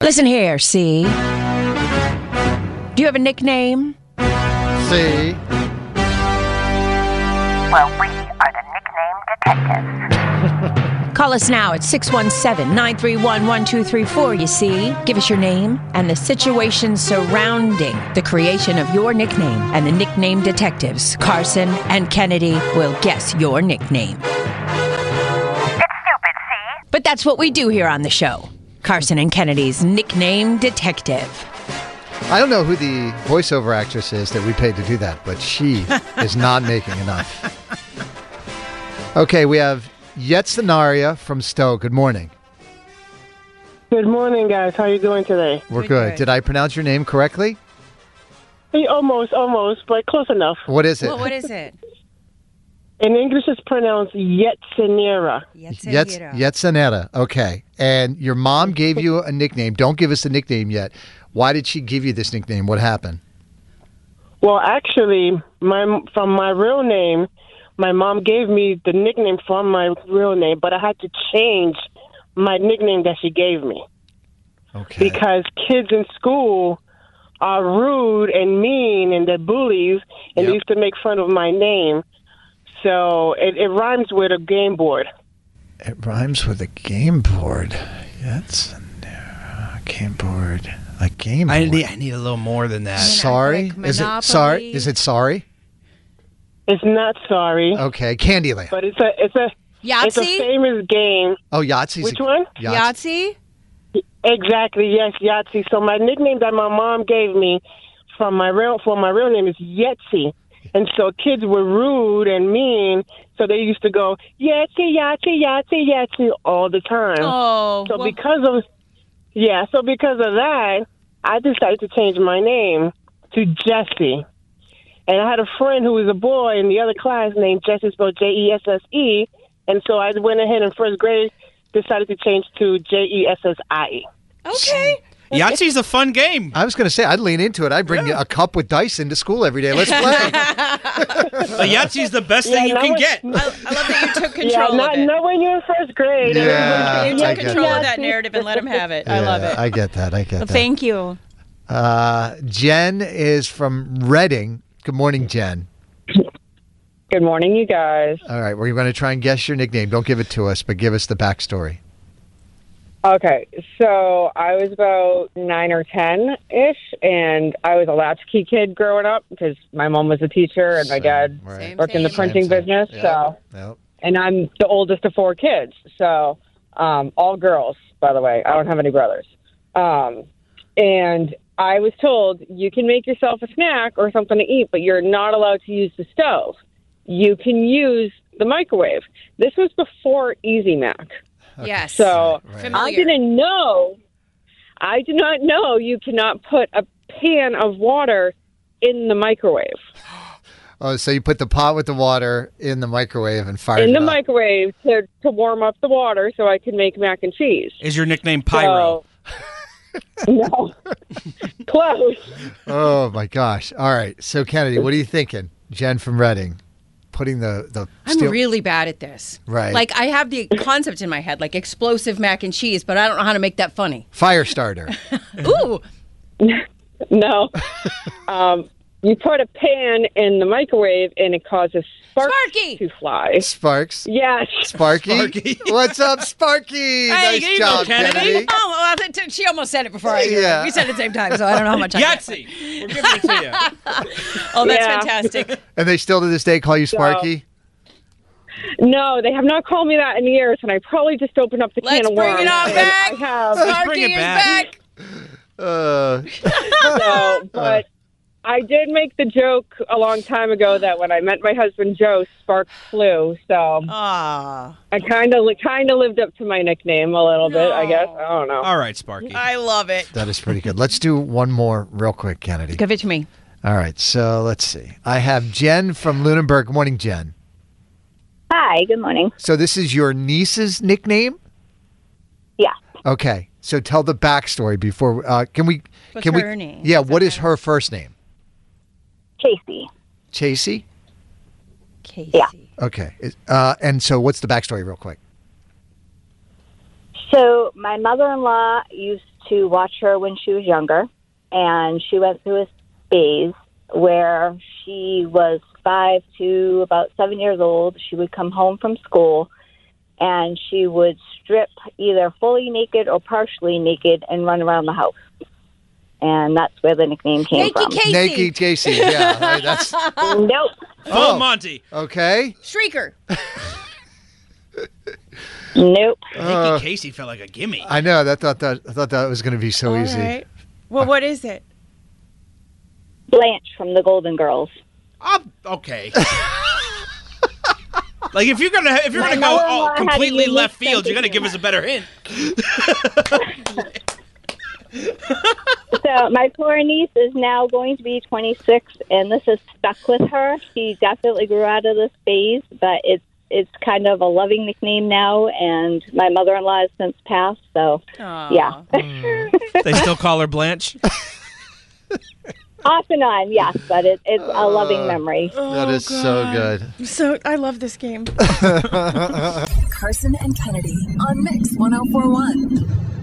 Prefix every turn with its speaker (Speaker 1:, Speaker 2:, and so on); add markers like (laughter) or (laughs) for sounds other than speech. Speaker 1: Listen here, see. Do you have a nickname?
Speaker 2: See?
Speaker 3: Well, we are the nickname detectives.
Speaker 1: Call us now at 617 931 1234, you see. Give us your name and the situation surrounding the creation of your nickname. And the nickname detectives, Carson and Kennedy, will guess your nickname.
Speaker 3: It's stupid, see?
Speaker 1: But that's what we do here on the show Carson and Kennedy's nickname detective.
Speaker 2: I don't know who the voiceover actress is that we paid to do that, but
Speaker 4: (laughs)
Speaker 2: she is not making enough. Okay, we have Yetzenaria from Stowe. Good morning.
Speaker 5: Good morning, guys. How you doing today?
Speaker 2: We're good. Did I pronounce your name correctly?
Speaker 5: Hey, almost, almost, but close enough.
Speaker 2: What is it?
Speaker 6: what is it?
Speaker 5: In English, it's pronounced Yetzenera.
Speaker 2: Yetz- Yetzenera. Okay. And your mom gave you a nickname. Don't give us the nickname yet. Why did she give you this nickname? What happened?
Speaker 5: Well, actually, my from my real name, my mom gave me the nickname from my real name, but I had to change my nickname that she gave me
Speaker 2: Okay.
Speaker 5: because kids in school are rude and mean and they're bullies and
Speaker 2: Yep.
Speaker 5: they used to make fun of my name. So it, it rhymes with a game board.
Speaker 4: It rhymes with a game board. That's a game board.
Speaker 2: A game.
Speaker 4: I
Speaker 2: board.
Speaker 4: need, I need a little more than (laughs) that.
Speaker 2: sorry.
Speaker 6: like
Speaker 2: is it sorry?
Speaker 6: Monopoly.
Speaker 2: Is it sorry?
Speaker 5: It's not sorry,
Speaker 2: Okay. Candyland.
Speaker 5: but it's a it's a it's a
Speaker 6: Yahtzee?
Speaker 5: famous game.
Speaker 2: Oh, Yahtzee's
Speaker 5: Which
Speaker 2: a,
Speaker 5: one?
Speaker 2: Yahtzee.
Speaker 6: Yahtzee?
Speaker 5: Exactly. Yes, Yahtzee. So my nickname that my mom gave me from my real for my real name is Yetzi. And so kids were rude and mean, so they used to go Yetzi, Yahtzee, Yahtzee, Yahtzee all the time.
Speaker 6: Oh,
Speaker 5: so
Speaker 6: well,
Speaker 5: because of yeah, so because of that, I decided to change my name to Jesse. And I had a friend who was a boy in the other class named Jesse, spelled J E S S E. And so I went ahead in first grade, decided to change to J E S S I E.
Speaker 6: okay.
Speaker 4: Yahtzee's a fun game.
Speaker 2: I was going to say I'd lean into it. I'd bring you a cup with dice into school every day. Let's play.
Speaker 4: A Yahtzee's the best thing you
Speaker 5: no
Speaker 4: can
Speaker 5: one-
Speaker 4: get.
Speaker 6: I, I love that you took control
Speaker 5: yeah, not,
Speaker 6: of it.
Speaker 5: not when you're in first grade.
Speaker 2: Yeah,
Speaker 6: you
Speaker 5: Everybody's
Speaker 2: I
Speaker 6: took
Speaker 5: like,
Speaker 2: get
Speaker 6: control
Speaker 2: that.
Speaker 6: of that narrative and let him have it. I love
Speaker 2: Yeah,
Speaker 6: it.
Speaker 2: I get that. I get that.
Speaker 6: Thank you.
Speaker 2: Uh, Jen is from Reading. Good morning, Jen.
Speaker 5: Good morning, you guys.
Speaker 2: All right, we're going to try and guess your nickname. Don't give it to us, but give us the backstory.
Speaker 7: Okay, so I was about nine or ten ish, and I was a latchkey kid growing up because my mom was a teacher and my dad
Speaker 2: Right.
Speaker 6: Same.
Speaker 7: worked in the
Speaker 6: Same,
Speaker 7: printing
Speaker 2: same.
Speaker 7: business.
Speaker 2: Yeah.
Speaker 7: So,
Speaker 2: Yep.
Speaker 7: and I'm the oldest of four kids, so um, all girls, by the way. I don't have any brothers. Um, and I was told you can make yourself a snack or something to eat, but you're not allowed to use the stove. You can use the microwave. This was before Easy Mac.
Speaker 6: Yes.
Speaker 7: So-
Speaker 2: Right.
Speaker 7: I
Speaker 6: familiar.
Speaker 7: didn't know. I did not know you cannot put a pan of water in the microwave.
Speaker 2: Oh, so you put the pot with the water in the microwave and fire
Speaker 7: in
Speaker 2: it
Speaker 7: the
Speaker 2: up.
Speaker 7: microwave to, to warm up the water so I could make mac and cheese.
Speaker 4: Is your nickname Pyro?
Speaker 7: So, (laughs) no. Close.
Speaker 2: Oh my gosh! All right, so Kennedy, what are you thinking? Jen from Reading, putting the the
Speaker 6: I'm
Speaker 2: steel-
Speaker 6: really bad at this.
Speaker 2: Right.
Speaker 6: Like I have the concept in my head, like explosive mac and cheese, but I don't know how to make that funny.
Speaker 2: fire starter.
Speaker 6: Ooh.
Speaker 7: No. um, you put a pan in the microwave and it causes sparks
Speaker 6: Sparky!
Speaker 7: to
Speaker 4: (laughs)
Speaker 7: fly.
Speaker 2: Sparks,
Speaker 7: Yes.
Speaker 2: Sparky.
Speaker 4: Sparky.
Speaker 2: (laughs) What's up, Sparky?
Speaker 4: Hey,
Speaker 2: nice
Speaker 4: you
Speaker 2: job,
Speaker 4: go, Kennedy.
Speaker 2: Kennedy.
Speaker 6: Oh, well, that- she almost said it before I did.
Speaker 2: Yeah.
Speaker 6: We said it at the same time, so I don't know how much I get.
Speaker 4: Yahtzee. We're giving it to (laughs) you.
Speaker 6: Oh, that's
Speaker 7: Yeah.
Speaker 2: (laughs)
Speaker 6: fantastic.
Speaker 2: And they still to this day call you Sparky.
Speaker 7: No, they have not called me that in years, and I probably just opened up the
Speaker 6: Let's
Speaker 7: can of
Speaker 6: bring
Speaker 7: worms.
Speaker 6: it all
Speaker 7: and
Speaker 6: back.
Speaker 7: I have.
Speaker 4: Let's bring
Speaker 6: Sparky
Speaker 4: it
Speaker 6: is
Speaker 4: back.
Speaker 6: back.
Speaker 2: Uh,
Speaker 7: so, but I did make the joke a long time ago that when I met my husband Joe, sparks flew. So
Speaker 6: Ah.
Speaker 7: I kind of kind of lived up to my nickname a little bit, I guess. I don't know.
Speaker 4: All right, Sparky.
Speaker 6: I love it.
Speaker 2: that is pretty good. Let's do one more real quick, Kennedy.
Speaker 6: Give it to me.
Speaker 2: All right, so let's see. I have Jen from Lunenburg. Morning, Jen.
Speaker 8: Hi, good morning.
Speaker 2: So this is your niece's nickname.
Speaker 8: Yeah.
Speaker 2: Okay. So tell the backstory before. Uh, can we?
Speaker 6: What's
Speaker 2: can
Speaker 6: her
Speaker 2: we?
Speaker 6: name?
Speaker 2: Yeah. What is her first name?
Speaker 8: Casey.
Speaker 2: Chasey.
Speaker 6: Casey.
Speaker 2: Okay. Is- Uh, and so what's the backstory, real quick?
Speaker 8: So my mother in law used to watch her when she was younger, and she went through a phase where she was five to about seven years old. She would come home from school, and she would strip either fully naked or partially naked and run around the house. And that's where the nickname came
Speaker 1: Naked
Speaker 8: from.
Speaker 1: Casey.
Speaker 2: Naked Casey. Yeah, right, that's
Speaker 8: Nope.
Speaker 4: Full
Speaker 2: Oh.
Speaker 4: Monty.
Speaker 2: okay.
Speaker 1: Shrieker.
Speaker 8: Nope.
Speaker 4: Nikki Casey felt like a gimme.
Speaker 2: I know. That thought that I thought that was going to be so
Speaker 5: All
Speaker 2: easy.
Speaker 5: right. Well, what is it?
Speaker 8: Blanche from the Golden Girls.
Speaker 4: I'm, okay. (laughs) like if you're gonna if you're gonna
Speaker 8: Now
Speaker 4: go
Speaker 8: I
Speaker 4: all
Speaker 8: had a
Speaker 4: completely
Speaker 8: unique
Speaker 4: left field, you're gonna
Speaker 8: sentence.
Speaker 4: give us a better hint.
Speaker 8: So my poor niece is now going to be 26, and this is stuck with her. She definitely grew out of this phase, but it's it's kind of a loving nickname now. And my mother-in-law has since passed, so yeah,
Speaker 4: They still call her Blanche.
Speaker 8: off and on, yes, but it, it's a loving memory.
Speaker 2: That is
Speaker 6: Oh,
Speaker 2: so good.
Speaker 5: So I love this game.
Speaker 9: Carson and Kennedy on Mix 1041.